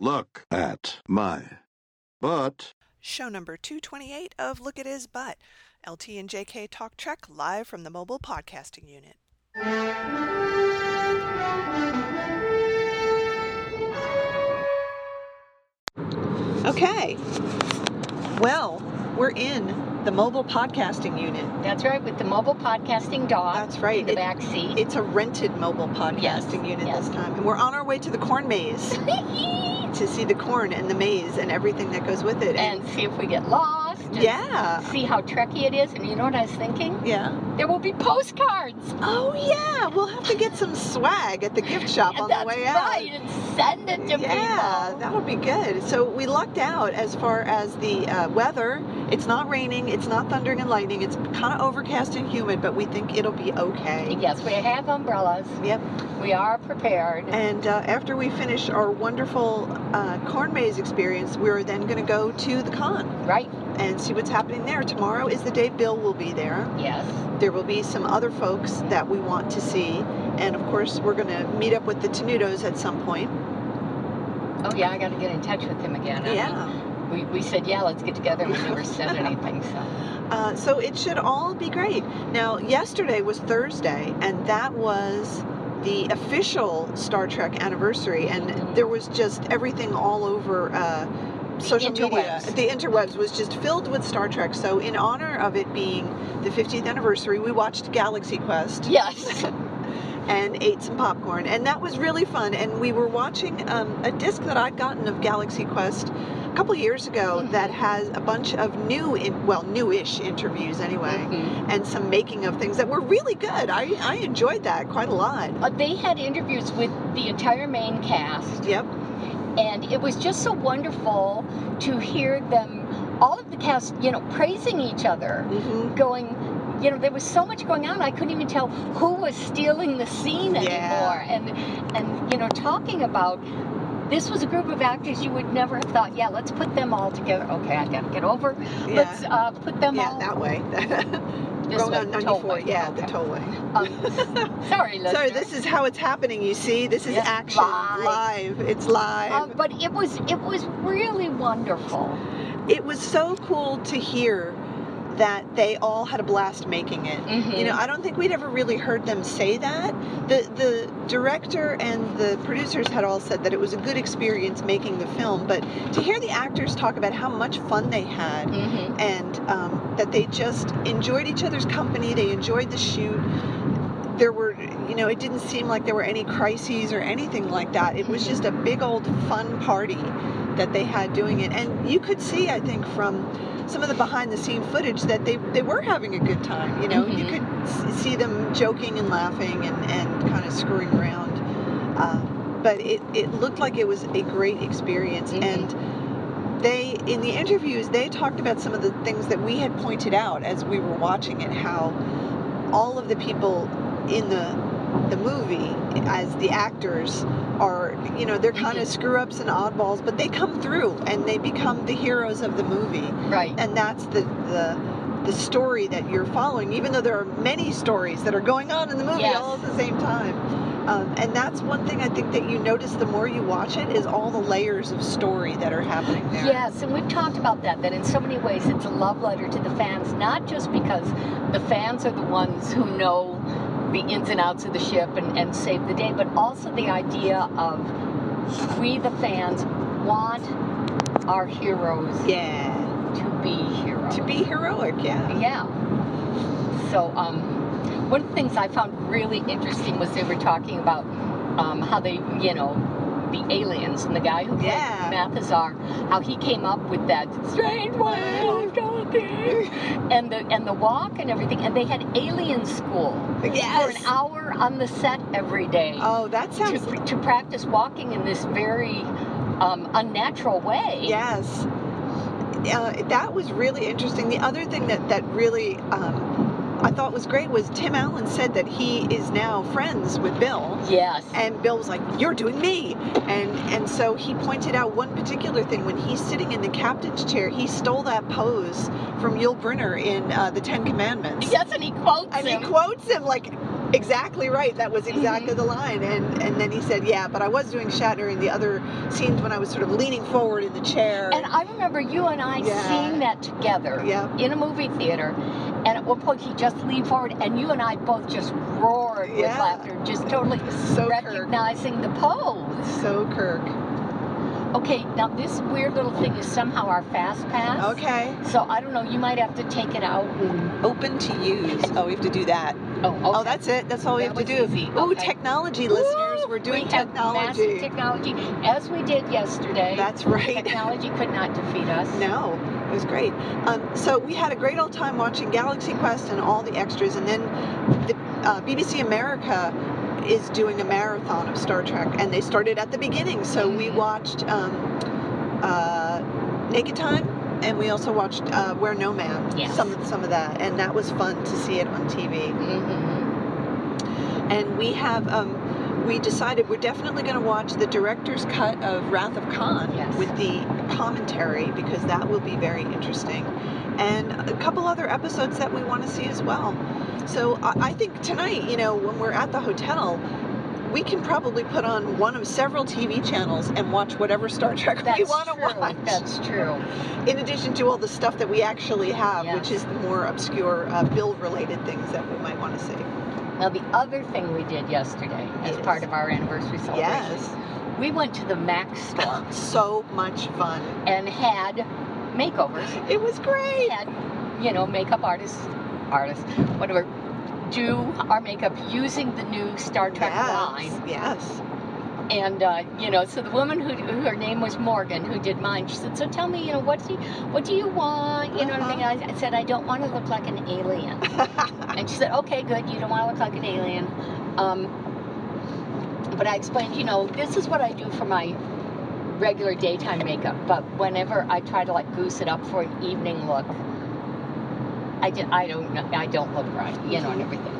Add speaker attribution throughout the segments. Speaker 1: Look at my butt.
Speaker 2: Show number 228 of Look at His Butt. LT and JK Talk Trek live from the mobile podcasting unit. Okay. Well, we're in the mobile podcasting unit.
Speaker 3: That's right, with the mobile podcasting dog.
Speaker 2: That's right.
Speaker 3: In the
Speaker 2: It-
Speaker 3: back seat.
Speaker 2: It's a rented mobile podcasting unit
Speaker 3: yes.
Speaker 2: this time. And we're on our way to the corn maze to see the corn and the maze and everything that goes with it.
Speaker 3: and see if we get lost. and
Speaker 2: yeah.
Speaker 3: See how trekky it is. And you know what I was thinking?
Speaker 2: Yeah.
Speaker 3: There will be postcards.
Speaker 2: Oh yeah, we'll have to get some swag at the gift shop on the
Speaker 3: That's
Speaker 2: way out.
Speaker 3: right. And send it to
Speaker 2: yeah,
Speaker 3: people.
Speaker 2: that'll be good. So we lucked out as far as the uh, weather. It's not raining. It's not thundering and lightning. It's kind of overcast and humid, but we think it'll be okay.
Speaker 3: Yes, we have umbrellas.
Speaker 2: Yep.
Speaker 3: We are prepared.
Speaker 2: And uh, after we finish our wonderful uh, corn maze experience, we're then going to go to the con
Speaker 3: right?
Speaker 2: and see what's happening there. Tomorrow is the day Bill will be there.
Speaker 3: Yes.
Speaker 2: There will be some other folks that we want to see. And of course, we're going to meet up with the Tenudos at some point.
Speaker 3: Oh, yeah, I got to get in touch with him again. I mean,
Speaker 2: Yeah.
Speaker 3: We, we said, yeah, let's get together. and We never said anything, so.
Speaker 2: Uh, so it should all be great. Now, yesterday was Thursday, and that was the official Star Trek anniversary, and there was just everything all over. Uh, Social media,
Speaker 3: interwebs.
Speaker 2: the interwebs was just filled with Star Trek. So, in honor of it being the 50th anniversary, we watched Galaxy Quest
Speaker 3: Yes.
Speaker 2: and ate some popcorn, and that was really fun. And we were watching um, a disc that I'd gotten of Galaxy Quest a couple years ago
Speaker 3: Mhm.
Speaker 2: that has a bunch of new, in, well, newish interviews anyway
Speaker 3: Mhm.
Speaker 2: and some making of things that were really good. I, I enjoyed that quite a lot.
Speaker 3: Uh, they had interviews with the entire main cast.
Speaker 2: Yep.
Speaker 3: and it was just so wonderful to hear them all of the cast you know praising each other
Speaker 2: hmm
Speaker 3: going you know there was so much going on i couldn't even tell who was stealing the scene
Speaker 2: Yeah.
Speaker 3: anymore and and you know talking about this was a group of actors you would never have thought yeah let's put them all together okay i gotta get over
Speaker 2: Yeah.
Speaker 3: let's uh, put them
Speaker 2: yeah,
Speaker 3: all
Speaker 2: that way.
Speaker 3: this
Speaker 2: Road
Speaker 3: way,
Speaker 2: on
Speaker 3: the
Speaker 2: 94.
Speaker 3: tollway.
Speaker 2: Yeah, the
Speaker 3: Okay.
Speaker 2: tollway.
Speaker 3: Um, sorry listeners.
Speaker 2: Sorry, this is how it's happening. You see, this is
Speaker 3: Yes,
Speaker 2: action
Speaker 3: live.
Speaker 2: live. It's live.
Speaker 3: um, but it was it was really wonderful
Speaker 2: it was so cool to hear that they all had a blast making it.
Speaker 3: Mhm.
Speaker 2: You know, I don't think we'd ever really heard them say that. The the director and the producers had all said that it was a good experience making the film, but to hear the actors talk about how much fun they had
Speaker 3: Mhm.
Speaker 2: and um, that they just enjoyed each other's company. They enjoyed the shoot. There were, you know, it didn't seem like there were any crises or anything like that. It was
Speaker 3: Mhm.
Speaker 2: just a big old fun party that they had doing it. And you could see, I think, from some of the behind the scene footage that they, they were having a good time. You know, you
Speaker 3: Mhm.
Speaker 2: could s- see them joking and laughing and, and kind of screwing around. Uh, but it, it looked like it was a great experience.
Speaker 3: Mhm.
Speaker 2: And they in the interviews they talked about some of the things that we had pointed out as we were watching it how all of the people in the the movie as the actors are you know they're kind of
Speaker 3: Mhm.
Speaker 2: screw ups and oddballs but they come through and they become the heroes of the movie
Speaker 3: right
Speaker 2: and that's the the the story that you're following even though there are many stories that are going on in the movie
Speaker 3: Yes.
Speaker 2: all at the same time um, and that's one thing I think that you notice the more you watch it is all the layers of story that are happening there.
Speaker 3: Yes, and we've talked about that, that in so many ways it's a love letter to the fans, not just because the fans are the ones who know the ins and outs of the ship and, and save the day, but also the idea of we, the fans, want our heroes
Speaker 2: Yeah.
Speaker 3: to be heroes.
Speaker 2: To be heroic, yeah.
Speaker 3: Yeah. So, um, one of the things I found really interesting was they were talking about um, how they, you know, the aliens and the guy who played
Speaker 2: Yeah.
Speaker 3: Mathazar, how he came up with that strange way of talking and the and the walk and everything, and they had alien school for an
Speaker 2: Yes.
Speaker 3: hour on the set every day
Speaker 2: Oh, that
Speaker 3: to,
Speaker 2: sounds
Speaker 3: to practice walking in this very um, unnatural way.
Speaker 2: yes. Uh, that was really interesting. The other thing that that really um, I thought was great was Tim Allen said that he is now friends with Bill.
Speaker 3: Yes.
Speaker 2: And Bill was like, "You're doing me," and and so he pointed out one particular thing when he's sitting in the captain's chair. He stole that pose from Yul Brynner in uh, the Ten Commandments.
Speaker 3: Yes, and he quotes
Speaker 2: and he
Speaker 3: him.
Speaker 2: quotes him like exactly right. That
Speaker 3: Mm-hmm.
Speaker 2: was exactly the line. And and then he said, yeah, but I was doing Shatner in the other scenes when I was sort of leaning forward in the chair.
Speaker 3: And I remember you and I
Speaker 2: Yeah.
Speaker 3: seeing that together
Speaker 2: yeah,
Speaker 3: in a movie theater. And at one point, he just leaned forward, and you and I both just roared with
Speaker 2: Yeah.
Speaker 3: laughter, just totally
Speaker 2: so Kirk,
Speaker 3: recognizing the pose.
Speaker 2: so Kirk.
Speaker 3: Okay, now this weird little thing is somehow our fast pass.
Speaker 2: Okay,
Speaker 3: So I don't know. You might have to take it out. And,
Speaker 2: open to use. Oh, we have to do that.
Speaker 3: oh, okay.
Speaker 2: Oh, that's it. That's all we
Speaker 3: That
Speaker 2: have to
Speaker 3: was
Speaker 2: do.
Speaker 3: easy.
Speaker 2: Oh,
Speaker 3: Okay.
Speaker 2: technology, listeners. We're doing
Speaker 3: we Have
Speaker 2: technology.
Speaker 3: massive technology, as we did yesterday.
Speaker 2: That's right.
Speaker 3: Technology could not defeat us.
Speaker 2: No, it was great. Um, so we had a great old time watching Galaxy Quest and all the extras, and then the uh, BBC America is doing a marathon of Star Trek, and they started at the beginning. So we
Speaker 3: Mhm.
Speaker 2: watched um, uh, Naked Time, and we also watched uh, Where No Man.
Speaker 3: Yes.
Speaker 2: Some some of that, and that was fun to see it on TV.
Speaker 3: Mhm.
Speaker 2: And we have. Um, we decided we're definitely going to watch the director's cut of Wrath of Khan
Speaker 3: Yes.
Speaker 2: with the commentary because that will be very interesting. And a couple other episodes that we want to see as well. So I, I think tonight, you know, when we're at the hotel, we can probably put on one of several TV channels and watch whatever Star Trek
Speaker 3: That's
Speaker 2: we want to
Speaker 3: true.
Speaker 2: watch.
Speaker 3: That's true.
Speaker 2: In addition to all the stuff that we actually have, which is
Speaker 3: Yes.
Speaker 2: the more obscure uh, bill related things that we might want to see.
Speaker 3: Now the other thing we did yesterday, as
Speaker 2: Yes.
Speaker 3: part of our anniversary celebration,
Speaker 2: Yes.
Speaker 3: we went to the Mac store
Speaker 2: So much fun.
Speaker 3: and had makeovers.
Speaker 2: It was great.
Speaker 3: had, you know, makeup artists, artists, whatever, do our makeup using the new Star Trek line.
Speaker 2: Yes.
Speaker 3: And uh, you know, so the woman who, who her name was Morgan, who did mine, she said, "So tell me, you know, what do you, what do you want? You know what I mean?" I, I said, "I don't want to look like an alien." and she said, "Okay, good. You don't want to look like an alien." Um, but I explained, you know, this is what I do for my regular daytime makeup. But whenever I try to like goose it up for an evening look, I, ju- I don't know, I don't look right, you know, and everything.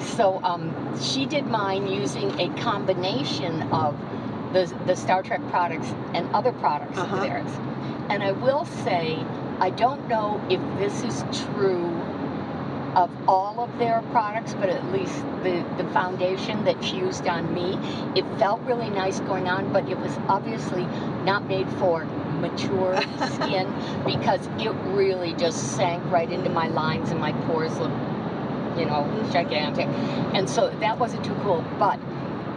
Speaker 3: So um, she did mine using a combination of the, the Star Trek products and other products
Speaker 2: Uh-huh.
Speaker 3: of theirs. And I will say, I don't know if this is true of all of their products, but at least the, the foundation that she used on me, it felt really nice going on, but it was obviously not made for mature skin because it really just sank right into my lines and my pores look, you know, gigantic. And so that wasn't too cool, but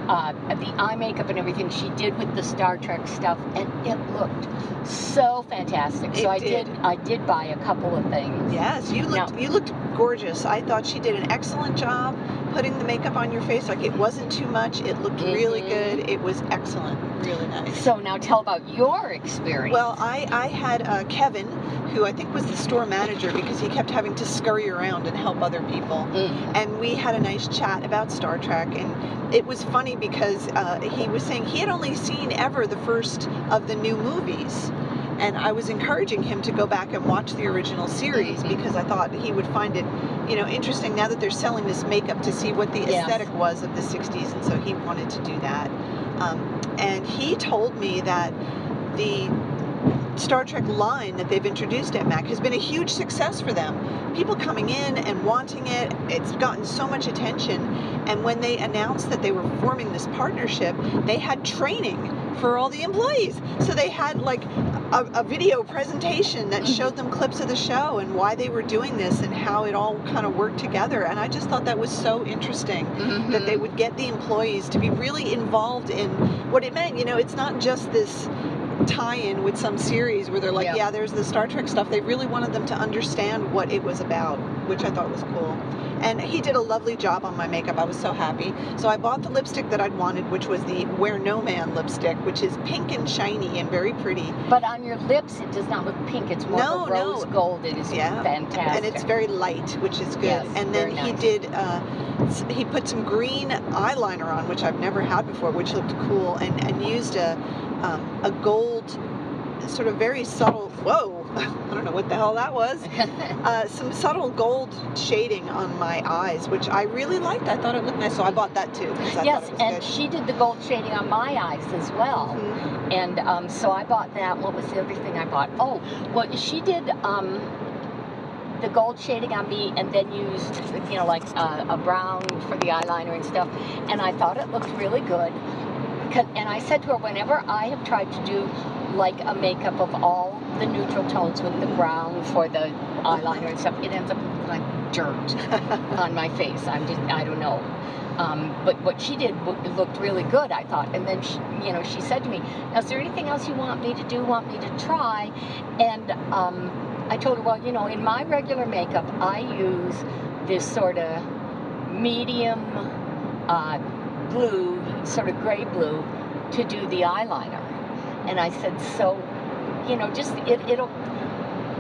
Speaker 3: uh, the eye makeup and everything she did with the Star Trek stuff, and it looked so fantastic.
Speaker 2: It
Speaker 3: so I
Speaker 2: did.
Speaker 3: did. I did buy a couple of things.
Speaker 2: Yes, you looked you looked gorgeous. I thought she did an excellent job putting the makeup on your face. Like it wasn't too much. It looked really
Speaker 3: Mhm.
Speaker 2: good. It was excellent. Really nice.
Speaker 3: So now tell about your experience.
Speaker 2: Well, I I had uh, Kevin, who I think was the store manager because he kept having to scurry around and help other people.
Speaker 3: Mm.
Speaker 2: And we had a nice chat about Star Trek, and it was funny because uh, he was saying he had only seen ever the first of the new movies. And I was encouraging him to go back and watch the original series
Speaker 3: Mhm.
Speaker 2: because I thought he would find it, you know, interesting now that they're selling this makeup to see what the
Speaker 3: Yes.
Speaker 2: aesthetic was of the 60s. And so he wanted to do that. Um, and he told me that the Star Trek line that they've introduced at Mac has been a huge success for them. People coming in and wanting it, it's gotten so much attention. And when they announced that they were forming this partnership, they had training for all the employees. So they had like a, a video presentation that showed them clips of the show and why they were doing this and how it all kind of worked together. And I just thought that was so interesting
Speaker 3: Mm-hmm.
Speaker 2: that they would get the employees to be really involved in what it meant. You know, it's not just this tie-in with some series where they're like, yeah,
Speaker 3: Yeah.
Speaker 2: there's the Star Trek stuff. They really wanted them to understand what it was about, which I thought was cool. And he did a lovely job on my makeup. I was so happy. So I bought the lipstick that I'd wanted, which was the Wear No Man lipstick, which is pink and shiny and very pretty.
Speaker 3: But on your lips, it does not look pink. It's more
Speaker 2: No,
Speaker 3: of a
Speaker 2: no.
Speaker 3: rose gold. It is
Speaker 2: Yeah.
Speaker 3: fantastic.
Speaker 2: and it's very light, which is good.
Speaker 3: Yes,
Speaker 2: and then
Speaker 3: very
Speaker 2: he
Speaker 3: nice.
Speaker 2: did. Uh, s- he put some green eyeliner on, which I've never had before, which looked cool, and and used a um, a gold, sort of very subtle. Whoa, I don't know what the hell that was. Uh, some subtle gold shading on my eyes, which I really liked. I thought it looked nice, so I bought that too. 'cause I
Speaker 3: yes,
Speaker 2: thought it was
Speaker 3: and
Speaker 2: good.
Speaker 3: she did the gold shading on my eyes as well.
Speaker 2: Mhm.
Speaker 3: And um, so I bought that. What was the other thing I bought? Oh, well, she did um, the gold shading on me and then used, you know, like uh, a brown for the eyeliner and stuff. And I thought it looked really good. 'Cause- And I said to her, whenever I have tried to do like a makeup of all the neutral tones with the brown for the eyeliner and stuff, it ends up looking like dirt on my face. I'm just, I don't know. Um, but what she did w- it looked really good, I thought. And then, she, you know, she said to me, "Now, is there anything else you want me to do, want me to try? And um, I told her, well, you know, in my regular makeup, I use this sort of medium uh, blue, sort of gray blue, to do the eyeliner. And I said, so, you know, just it, it'll,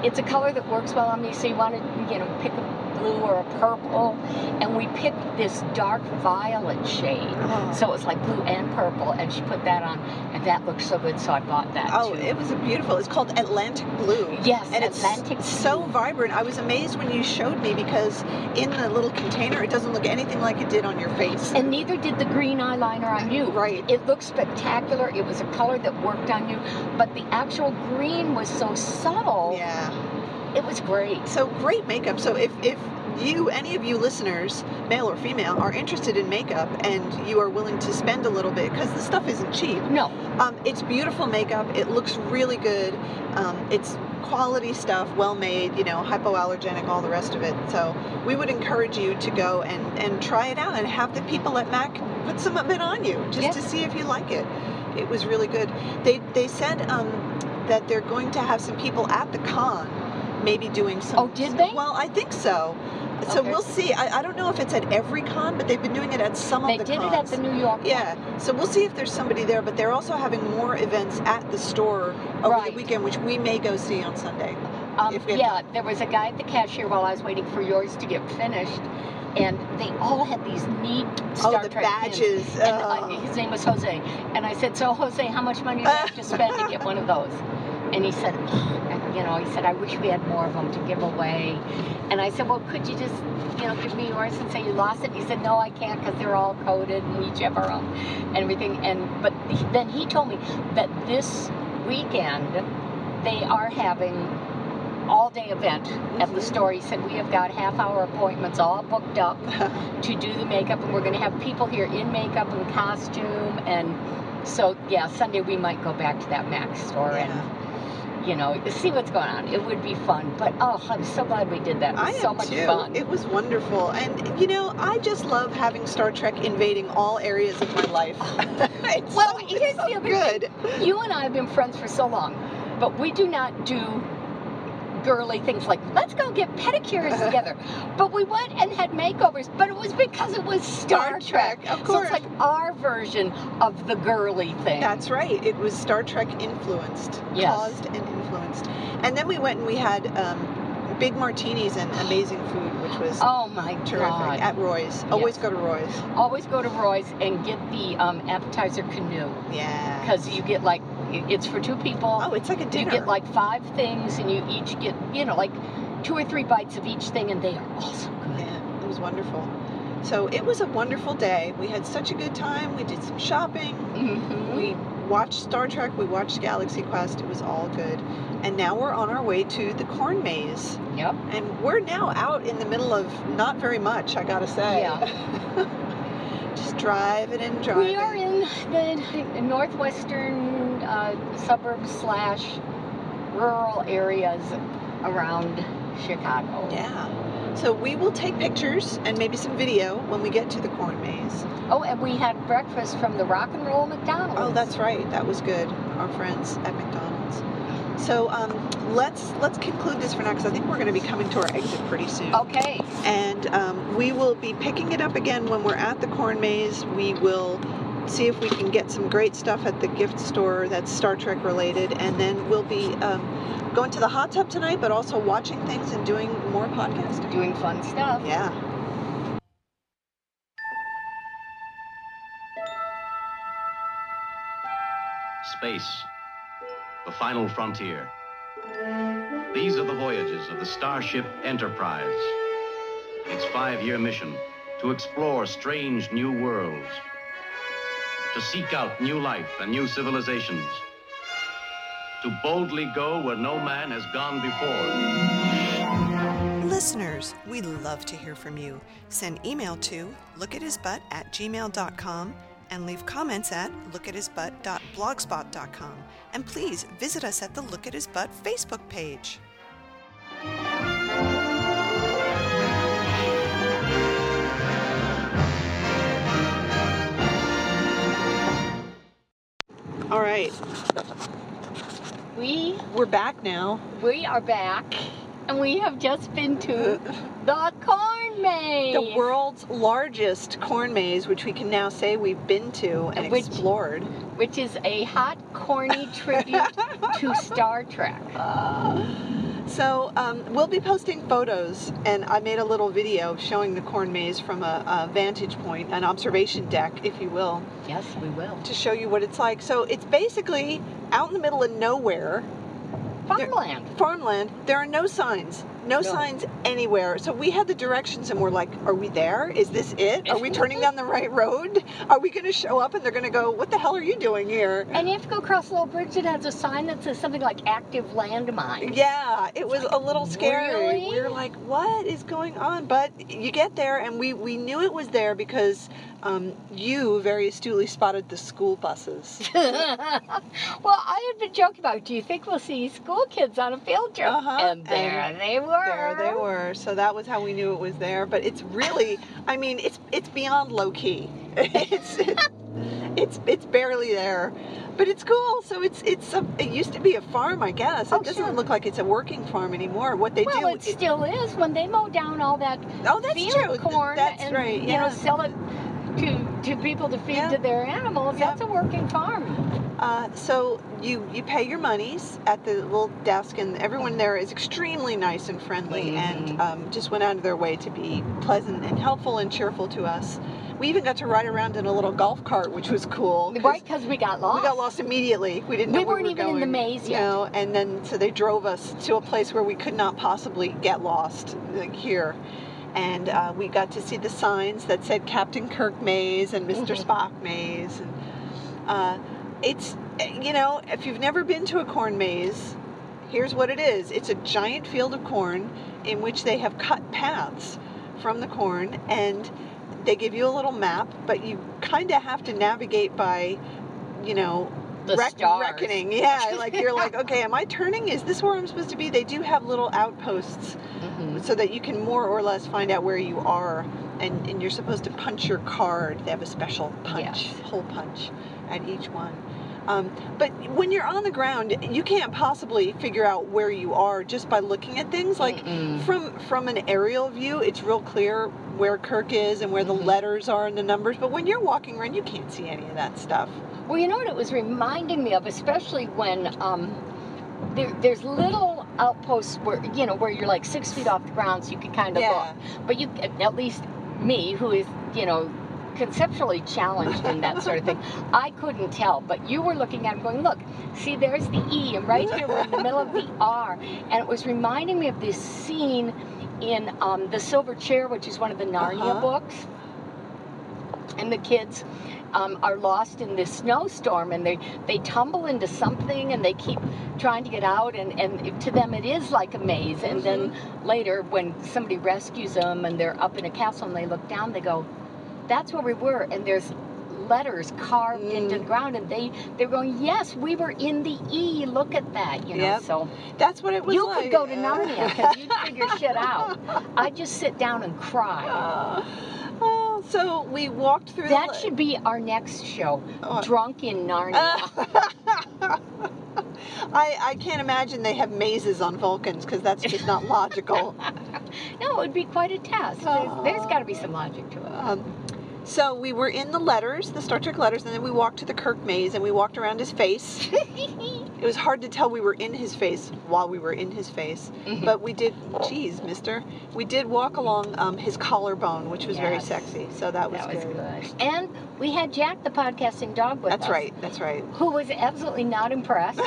Speaker 3: it's a color that works well on me. So you want to, you know, pick a blue or a purple. And we picked this dark violet shade.
Speaker 2: Oh.
Speaker 3: So it was like blue and purple, and she put that on, and that looked so good, so I bought that
Speaker 2: Oh,
Speaker 3: too.
Speaker 2: it was a beautiful. It's called Atlantic Blue.
Speaker 3: yes,
Speaker 2: And it's
Speaker 3: Atlantic
Speaker 2: so
Speaker 3: blue.
Speaker 2: vibrant. I was amazed when you showed me because in the little container, it doesn't look anything like it did on your face.
Speaker 3: And neither did the green eyeliner on you.
Speaker 2: Right.
Speaker 3: It looked spectacular. It was a color that worked on you, but the actual green was so subtle.
Speaker 2: Yeah.
Speaker 3: It was great.
Speaker 2: So great makeup. So if if you, any of you listeners, male or female, are interested in makeup and you are willing to spend a little bit because the stuff isn't cheap.
Speaker 3: No,
Speaker 2: Um, it's beautiful makeup. It looks really good. Um, it's quality stuff, well made, you know, hypoallergenic, all the rest of it. So we would encourage you to go and, and try it out and have the people at MAC put some of it on you just
Speaker 3: Yeah.
Speaker 2: to see if you like it. It was really good. They, they said um, that they're going to have some people at the con maybe doing some.
Speaker 3: Oh, did they?
Speaker 2: Well, I think so. So
Speaker 3: Okay.
Speaker 2: we'll see. I, I don't know if it's at every con, but they've been doing it at some
Speaker 3: they
Speaker 2: of the
Speaker 3: did
Speaker 2: cons.
Speaker 3: it at the New York. one.
Speaker 2: Yeah, so we'll see if there's somebody there, but they're also having more events at the store over
Speaker 3: Right.
Speaker 2: the weekend, which we may go see on Sunday.
Speaker 3: Um,
Speaker 2: If we have
Speaker 3: yeah, there was a guy at the cashier while I was waiting for yours to get finished, and they all had these neat Star
Speaker 2: oh, the
Speaker 3: Trek pins.
Speaker 2: badges.
Speaker 3: And
Speaker 2: oh.
Speaker 3: I, "Uh, his name was Jose. And I said, So, Jose, how much money do I have to spend to get one of those? And he said, "Ugh," You know, he said, I wish we had more of them to give away. And I said, Well, could you just, you know, give me yours and say you lost it? And he said, No, I can't because they're all coded and we each have our own and everything. And But he- then he told me that this weekend they are having all day event at the
Speaker 2: Mhm.
Speaker 3: store. He said, We have got half hour appointments all booked up to do the makeup, and we're going to have people here in makeup and costume. And so, yeah, Sunday we might go back to that Mac store
Speaker 2: yeah.
Speaker 3: and, you know, see what's going on. It would be fun. But, oh, I'm so glad we did that. It
Speaker 2: I
Speaker 3: was
Speaker 2: am
Speaker 3: so much
Speaker 2: too.
Speaker 3: fun.
Speaker 2: It was wonderful. And, you know, I just love having Star Trek invading all areas of my life. it's
Speaker 3: Well,
Speaker 2: so,
Speaker 3: here's
Speaker 2: it's
Speaker 3: the
Speaker 2: so
Speaker 3: other
Speaker 2: good.
Speaker 3: you and I have been friends for so long, but we do not do girly things like let's go get pedicures together. But we went and had makeovers, but it was because it was Star, Trek.
Speaker 2: Of
Speaker 3: So
Speaker 2: course.
Speaker 3: it's like our version of the girly thing.
Speaker 2: That's right. It was Star Trek influenced,
Speaker 3: Yes.
Speaker 2: caused and influenced. And then we went and we had um, big martinis and amazing food, which was
Speaker 3: oh my
Speaker 2: terrific
Speaker 3: god.
Speaker 2: at Roy's. Always
Speaker 3: Yes.
Speaker 2: go to Roy's.
Speaker 3: Always go to Roy's and get the um, appetizer canoe
Speaker 2: Yeah.
Speaker 3: because you get like it's for two people.
Speaker 2: oh, it's like a
Speaker 3: you
Speaker 2: dinner.
Speaker 3: get like five things and you each get you know like two or three bites of each thing and they are also good.
Speaker 2: yeah, it was wonderful. So it was a wonderful day. We had such a good time. We did some shopping.
Speaker 3: Mhm.
Speaker 2: We watched Star Trek. We watched Galaxy Quest. It was all good. And now we're on our way to the corn maze.
Speaker 3: Yep.
Speaker 2: And we're now out in the middle of not very much, I gotta say. Just driving and driving.
Speaker 3: We are in the northwestern uh, suburbs slash rural areas around Chicago.
Speaker 2: Yeah. So we will take pictures and maybe some video when we get to the corn maze.
Speaker 3: Oh, and we had breakfast from the Rock and Roll McDonald's.
Speaker 2: Oh, that's right. That was good. Our friends at McDonald's. So um, let's let's conclude this for now because I think we're going to be coming to our exit pretty soon.
Speaker 3: okay.
Speaker 2: And um, we will be picking it up again when we're at the corn maze. We will see if we can get some great stuff at the gift store that's Star Trek related, and then we'll be um, going to the hot tub tonight, but also watching things and doing more podcasting.
Speaker 3: Doing fun stuff.
Speaker 2: Yeah.
Speaker 4: Space, the final frontier. These are the voyages of the Starship Enterprise. Its five year mission to explore strange new worlds, to seek out new life and new civilizations, to boldly go where no man has gone before.
Speaker 2: Listeners, we love to hear from you. Send email to lookathisbutt at gmail.com and leave comments at lookathisbutt.blogspot.com. And please visit us at the Look at His Butt Facebook page. All right,
Speaker 3: We
Speaker 2: we're back now.
Speaker 3: we are back, and we have just been to the corn maze.
Speaker 2: The world's largest corn maze, which we can now say we've been to and
Speaker 3: Which-
Speaker 2: explored.
Speaker 3: which is a hot, corny tribute to Star Trek. Uh.
Speaker 2: So um, we'll be posting photos, and I made a little video showing the corn maze from a, a vantage point, an observation deck, if you will,
Speaker 3: Yes, we will.
Speaker 2: to show you what it's like. So it's basically out in the middle of nowhere,
Speaker 3: Farmland.
Speaker 2: farmland. There are no signs, no,
Speaker 3: No.
Speaker 2: signs anywhere. So we had the directions, and we're like, "Are we there? Is this it? Are we turning down the right road? Are we going to show up?" And they're going to go, "What the hell are you doing here?"
Speaker 3: And you have to go across a little bridge that has a sign that says something like active landmine.
Speaker 2: Yeah, it was a little scary.
Speaker 3: Really?
Speaker 2: We were like, what is going on? But you get there, and we, we knew it was there because um, you very astutely spotted the school buses.
Speaker 3: well, I had been joking about, do you think we'll see school kids on a field trip?
Speaker 2: Uh-huh,
Speaker 3: And there
Speaker 2: and
Speaker 3: they were.
Speaker 2: there they were. So that was how we knew it was there. But it's really, I mean, it's it's beyond low key. It's it's it's, it's barely there, but it's cool. So it's it's a, it used to be a farm, I guess. It
Speaker 3: Oh,
Speaker 2: doesn't
Speaker 3: sure.
Speaker 2: look like it's a working farm anymore. What they
Speaker 3: Well, it
Speaker 2: do, it-
Speaker 3: still is when they mow down all that
Speaker 2: oh, that's
Speaker 3: field
Speaker 2: true. Th-
Speaker 3: corn
Speaker 2: That's
Speaker 3: and
Speaker 2: right.
Speaker 3: you
Speaker 2: yeah.
Speaker 3: know sell it to to people to feed
Speaker 2: Yeah.
Speaker 3: to their animals.
Speaker 2: Yeah.
Speaker 3: That's a working farm.
Speaker 2: Uh, so you you pay your monies at the little desk, and everyone there is extremely nice and friendly, and
Speaker 3: Mhm.
Speaker 2: um, just went out of their way to be pleasant and helpful and cheerful to us. We even got to ride around in a little golf cart, which was cool. 'cause
Speaker 3: Right? Because we got lost.
Speaker 2: We got lost immediately. We didn't know
Speaker 3: We
Speaker 2: where
Speaker 3: weren't
Speaker 2: we were
Speaker 3: even in the
Speaker 2: going,
Speaker 3: maze
Speaker 2: You know, and then so they drove us to a place where we could not possibly get lost, like here. And uh, we got to see the signs that said Captain Kirk Maze and mister
Speaker 3: Mhm.
Speaker 2: Spock Maze. And uh, it's you know, if you've never been to a corn maze, here's what it is. It's a giant field of corn in which they have cut paths from the corn and they give you a little map, but you kind of have to navigate by, you know,
Speaker 3: the
Speaker 2: reck-
Speaker 3: stars.
Speaker 2: reckoning. Yeah, like you're like, okay, am I turning? Is this where I'm supposed to be? They do have little outposts
Speaker 3: Mhm.
Speaker 2: so that you can more or less find out where you are, and, and you're supposed to punch your card. They have a special punch,
Speaker 3: Yes.
Speaker 2: hole punch, at each one. Um, but when you're on the ground, you can't possibly figure out where you are just by looking at things. Like
Speaker 3: Mm-mm.
Speaker 2: from from an aerial view, it's real clear where Kirk is and where the
Speaker 3: Mhm.
Speaker 2: letters are and the numbers. But when you're walking around, you can't see any of that stuff.
Speaker 3: Well, you know what it was reminding me of, especially when um, there, there's little outposts where you know where you're like six feet off the ground, so you can kind of
Speaker 2: Yeah.
Speaker 3: look. But you, at least me, who is you know conceptually challenged and that sort of thing, I couldn't tell. But you were looking at him, going, "Look, see, there's the E, and right here we're in the middle of the R." And it was reminding me of this scene in um, the Silver Chair, which is one of the Narnia
Speaker 2: Uh-huh.
Speaker 3: books, and the kids um, are lost in this snowstorm and they, they tumble into something and they keep trying to get out and, and to them it is like a maze and
Speaker 2: Mm-hmm.
Speaker 3: then later when somebody rescues them and they're up in a castle and they look down they go that's where we were and there's letters carved into
Speaker 2: Mm.
Speaker 3: the ground and they they're going yes we were in the e look at that you know
Speaker 2: Yep.
Speaker 3: so
Speaker 2: That's what it was
Speaker 3: you
Speaker 2: like.
Speaker 3: could go to narnia because you'd figure shit out i just sit down and cry
Speaker 2: oh, so we walked through
Speaker 3: that
Speaker 2: the,
Speaker 3: should be our next show
Speaker 2: Oh.
Speaker 3: drunk in narnia
Speaker 2: I, I can't imagine they have mazes on Vulcans because that's just not logical.
Speaker 3: No, it would be quite a test.
Speaker 2: Aw.
Speaker 3: There's, there's got to be some logic to it.
Speaker 2: Um, so we were in the letters, the Star Trek letters, and then we walked to the Kirk maze and we walked around his face. it was hard to tell we were in his face while we were in his face,
Speaker 3: Mhm.
Speaker 2: but we did. Geez, Mister, we did walk along um, his collarbone, which was very
Speaker 3: Yes.
Speaker 2: sexy. So that was,
Speaker 3: That was
Speaker 2: good.
Speaker 3: good. And we had Jack, the podcasting dog, with
Speaker 2: That's
Speaker 3: us.
Speaker 2: right. That's right.
Speaker 3: Who was absolutely not impressed.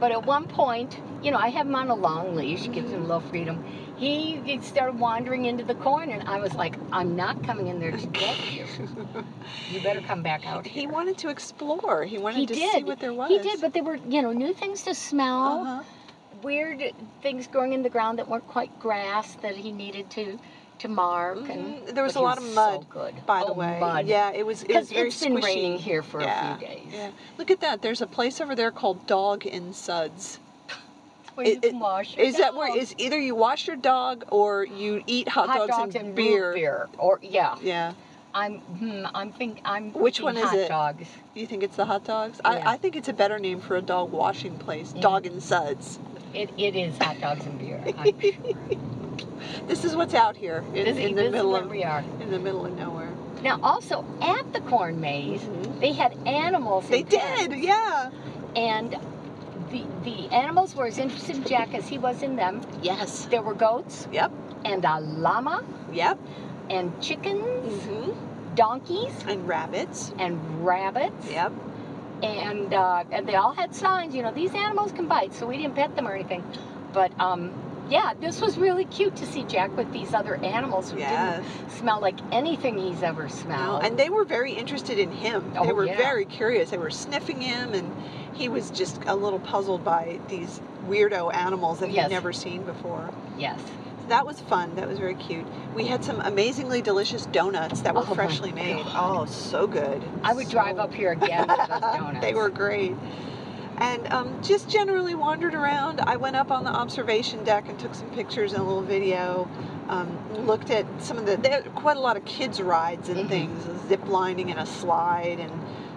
Speaker 3: but at one point, you know, I have him on a long leash, gives
Speaker 2: Mm-hmm.
Speaker 3: him a little freedom. He he started wandering into the corn, and I was like, I'm not coming in there to get you. You better come back out
Speaker 2: He
Speaker 3: here.
Speaker 2: wanted to explore. He wanted
Speaker 3: He
Speaker 2: to
Speaker 3: did.
Speaker 2: see what there was.
Speaker 3: He did, but there were, you know, new things to smell.
Speaker 2: Uh-huh.
Speaker 3: weird things growing in the ground that weren't quite grass that he needed to to mark. And
Speaker 2: Mhm. There was
Speaker 3: but
Speaker 2: a
Speaker 3: he
Speaker 2: lot of mud,
Speaker 3: So good.
Speaker 2: By the
Speaker 3: Oh,
Speaker 2: way,
Speaker 3: mud.
Speaker 2: yeah, it was. It was
Speaker 3: Because
Speaker 2: very
Speaker 3: it's been
Speaker 2: squishy.
Speaker 3: raining here for
Speaker 2: yeah.
Speaker 3: a few days.
Speaker 2: Yeah. Look at that. There's a place over there called Dog in Suds.
Speaker 3: Where
Speaker 2: It-
Speaker 3: you can
Speaker 2: it-
Speaker 3: wash your
Speaker 2: Is that where
Speaker 3: dog.
Speaker 2: is either you wash your dog or you eat hot,
Speaker 3: hot dogs and, root beer? Or yeah,
Speaker 2: Yeah.
Speaker 3: I'm hmm, I'm think I'm
Speaker 2: Which
Speaker 3: thinking
Speaker 2: one is
Speaker 3: hot
Speaker 2: it?
Speaker 3: Dogs.
Speaker 2: You think it's the hot dogs?
Speaker 3: Yeah.
Speaker 2: I, I think it's a better name for a dog washing place.
Speaker 3: Yeah.
Speaker 2: Dog in Suds.
Speaker 3: It, it is hot dogs and beer. I'm sure.
Speaker 2: This is what's out here in,
Speaker 3: this,
Speaker 2: in
Speaker 3: this
Speaker 2: the
Speaker 3: is
Speaker 2: middle
Speaker 3: where
Speaker 2: of
Speaker 3: we are
Speaker 2: in the middle of nowhere.
Speaker 3: now. Also at the corn maze,
Speaker 2: Mhm.
Speaker 3: they had animals.
Speaker 2: They
Speaker 3: in pens.
Speaker 2: did, yeah.
Speaker 3: and the the animals were as interested in Jack as he was in them.
Speaker 2: Yes.
Speaker 3: There were goats
Speaker 2: Yep.
Speaker 3: and a llama
Speaker 2: Yep.
Speaker 3: and chickens,
Speaker 2: hmm
Speaker 3: donkeys
Speaker 2: And rabbits.
Speaker 3: and rabbits.
Speaker 2: Yep.
Speaker 3: and uh, and they all had signs. You know, these animals can bite, so we didn't pet them or anything. But um, yeah, this was really cute to see Jack with these other animals who
Speaker 2: Yes.
Speaker 3: didn't smell like anything he's ever
Speaker 2: No,
Speaker 3: smelled.
Speaker 2: and they were very interested in him. they
Speaker 3: Oh,
Speaker 2: were
Speaker 3: yeah.
Speaker 2: very curious. They were sniffing him, and he was just a little puzzled by these weirdo animals that
Speaker 3: Yes.
Speaker 2: he'd never seen before.
Speaker 3: yes,
Speaker 2: So that was fun. That was very cute. We had some amazingly delicious donuts that were
Speaker 3: Oh, my
Speaker 2: freshly made. Oh, so good.
Speaker 3: I would
Speaker 2: So-
Speaker 3: drive up here again for those donuts.
Speaker 2: they were great. And um, just generally wandered around. I went up on the observation deck and took some pictures and a little video. Um, looked at some of the there are quite a lot of kids rides and
Speaker 3: Mhm.
Speaker 2: things, zip lining and a slide and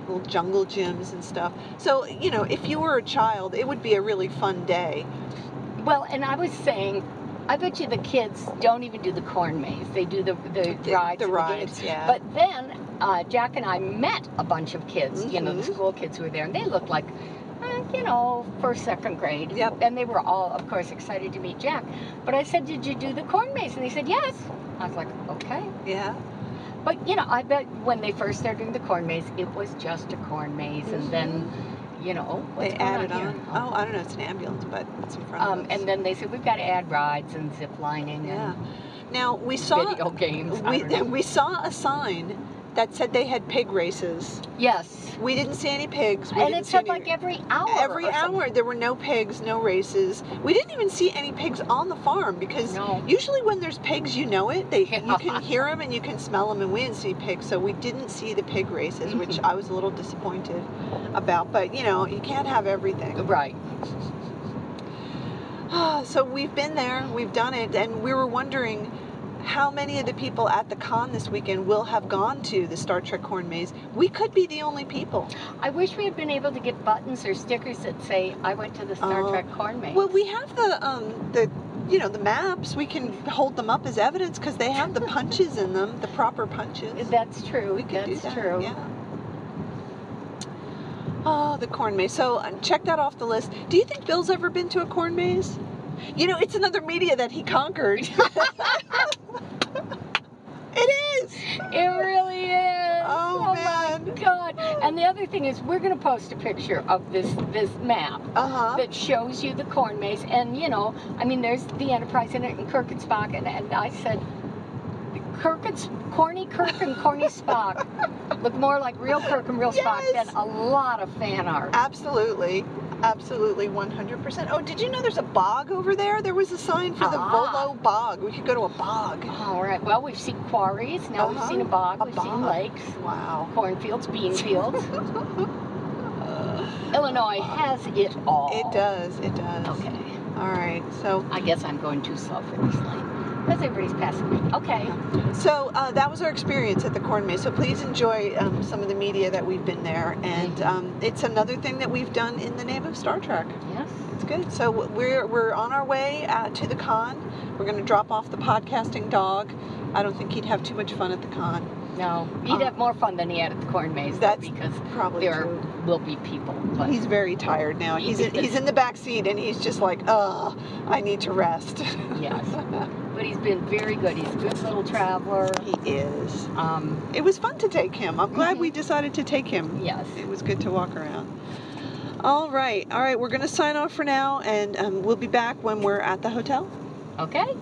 Speaker 2: little jungle gyms and stuff. So you know, if you were a child, it would be a really fun day.
Speaker 3: well, and I was saying. I bet you the kids don't even do the corn maze. They do the the,
Speaker 2: The-
Speaker 3: rides,
Speaker 2: the
Speaker 3: and games.
Speaker 2: rides, yeah.
Speaker 3: But then uh, Jack and I met a bunch of kids, you know, the
Speaker 2: Mhm.
Speaker 3: school kids who were there, and they looked like, uh, you know, first, second grade.
Speaker 2: Yep.
Speaker 3: And they were all, of course, excited to meet Jack. But I said, Did you do the corn maze? And they said, Yes. I was like, Okay.
Speaker 2: yeah,
Speaker 3: But, you know, I bet when they first started doing the corn maze, it was just a corn maze. And then, you know, oh, what's
Speaker 2: Mm-hmm. they
Speaker 3: going
Speaker 2: added
Speaker 3: on?
Speaker 2: on.
Speaker 3: here?
Speaker 2: Oh, I don't know, it's an ambulance, but it's in front
Speaker 3: Um,
Speaker 2: of us.
Speaker 3: and then they said, We've got to add rides and zip lining
Speaker 2: yeah.
Speaker 3: and
Speaker 2: Now we saw
Speaker 3: video games. I
Speaker 2: we,
Speaker 3: don't know.
Speaker 2: we saw a sign that said they had pig races.
Speaker 3: yes.
Speaker 2: We didn't see any pigs. We
Speaker 3: And
Speaker 2: didn't
Speaker 3: it
Speaker 2: see
Speaker 3: said
Speaker 2: any-
Speaker 3: like every hour.
Speaker 2: every
Speaker 3: or something.
Speaker 2: hour there were no pigs, no races. We didn't even see any pigs on the farm because
Speaker 3: No.
Speaker 2: usually when there's pigs, you know it. They you
Speaker 3: Yeah.
Speaker 2: can hear them and you can smell them, and we didn't see pigs, so we didn't see the pig races, which I was a little disappointed about. But you know, you can't have everything.
Speaker 3: Right.
Speaker 2: so we've been there, we've done it, and we were wondering. How many of the people at the con this weekend will have gone to the Star Trek Corn Maze? We could be the only people.
Speaker 3: I wish we had been able to get buttons or stickers that say, I went to the Star
Speaker 2: Oh.
Speaker 3: Trek corn maze.
Speaker 2: Well, we have the um, the you know the maps. We can hold them up as evidence because they have the punches in them, the proper punches.
Speaker 3: That's true.
Speaker 2: we could
Speaker 3: That's
Speaker 2: do that.
Speaker 3: true.
Speaker 2: Yeah. Oh, the corn maze. So uh, check that off the list. Do you think Bill's ever been to a corn maze? You know, it's another media that he conquered. it is.
Speaker 3: It really is.
Speaker 2: Oh,
Speaker 3: my
Speaker 2: man.
Speaker 3: god. And the other thing is we're gonna post a picture of this this map
Speaker 2: Uh huh.
Speaker 3: that shows you the corn maze and you know, I mean there's the Enterprise in it and Kirk and Spock and, and I said Kirk and S- corny Kirk and corny Spock look more like real Kirk and real Spock
Speaker 2: Yes.
Speaker 3: than a lot of fan art.
Speaker 2: Absolutely. Absolutely, 100%. Oh, did you know there's a bog over there? There was a sign for the
Speaker 3: Ah.
Speaker 2: Volo Bog. We could go to a bog.
Speaker 3: All right. Well, we've seen quarries. Now we've
Speaker 2: Uh-huh.
Speaker 3: seen a bog.
Speaker 2: A
Speaker 3: we've
Speaker 2: bog.
Speaker 3: seen lakes,
Speaker 2: Wow.
Speaker 3: cornfields, bean fields. Illinois has it all.
Speaker 2: It does. It does.
Speaker 3: Okay.
Speaker 2: All right. So,
Speaker 3: I guess I'm going too slow for this light because everybody's passing me. Okay.
Speaker 2: so uh, that was our experience at the corn maze. So please enjoy um, some of the media that we've been there, and um, it's another thing that we've done in the name of Star Trek.
Speaker 3: Yes.
Speaker 2: It's good. So we're we're on our way uh, to the con. We're going to drop off the podcasting dog. I don't think he'd have too much fun at the con.
Speaker 3: No. He'd
Speaker 2: Um,
Speaker 3: have more fun than he had at the corn maze. though,
Speaker 2: That's
Speaker 3: because
Speaker 2: probably
Speaker 3: there
Speaker 2: true.
Speaker 3: will be people. But
Speaker 2: He's very tired now. He's in, he's in the back seat and he's just like, ugh, I need to rest.
Speaker 3: yes. But he's been very good. He's a good little traveler.
Speaker 2: he is.
Speaker 3: Um,
Speaker 2: It was fun to take him. I'm glad
Speaker 3: Mhm.
Speaker 2: we decided to take him.
Speaker 3: yes.
Speaker 2: It was good to walk around. All right, all right, we're going to sign off for now and um, we'll be back when we're at the hotel.
Speaker 3: Okay.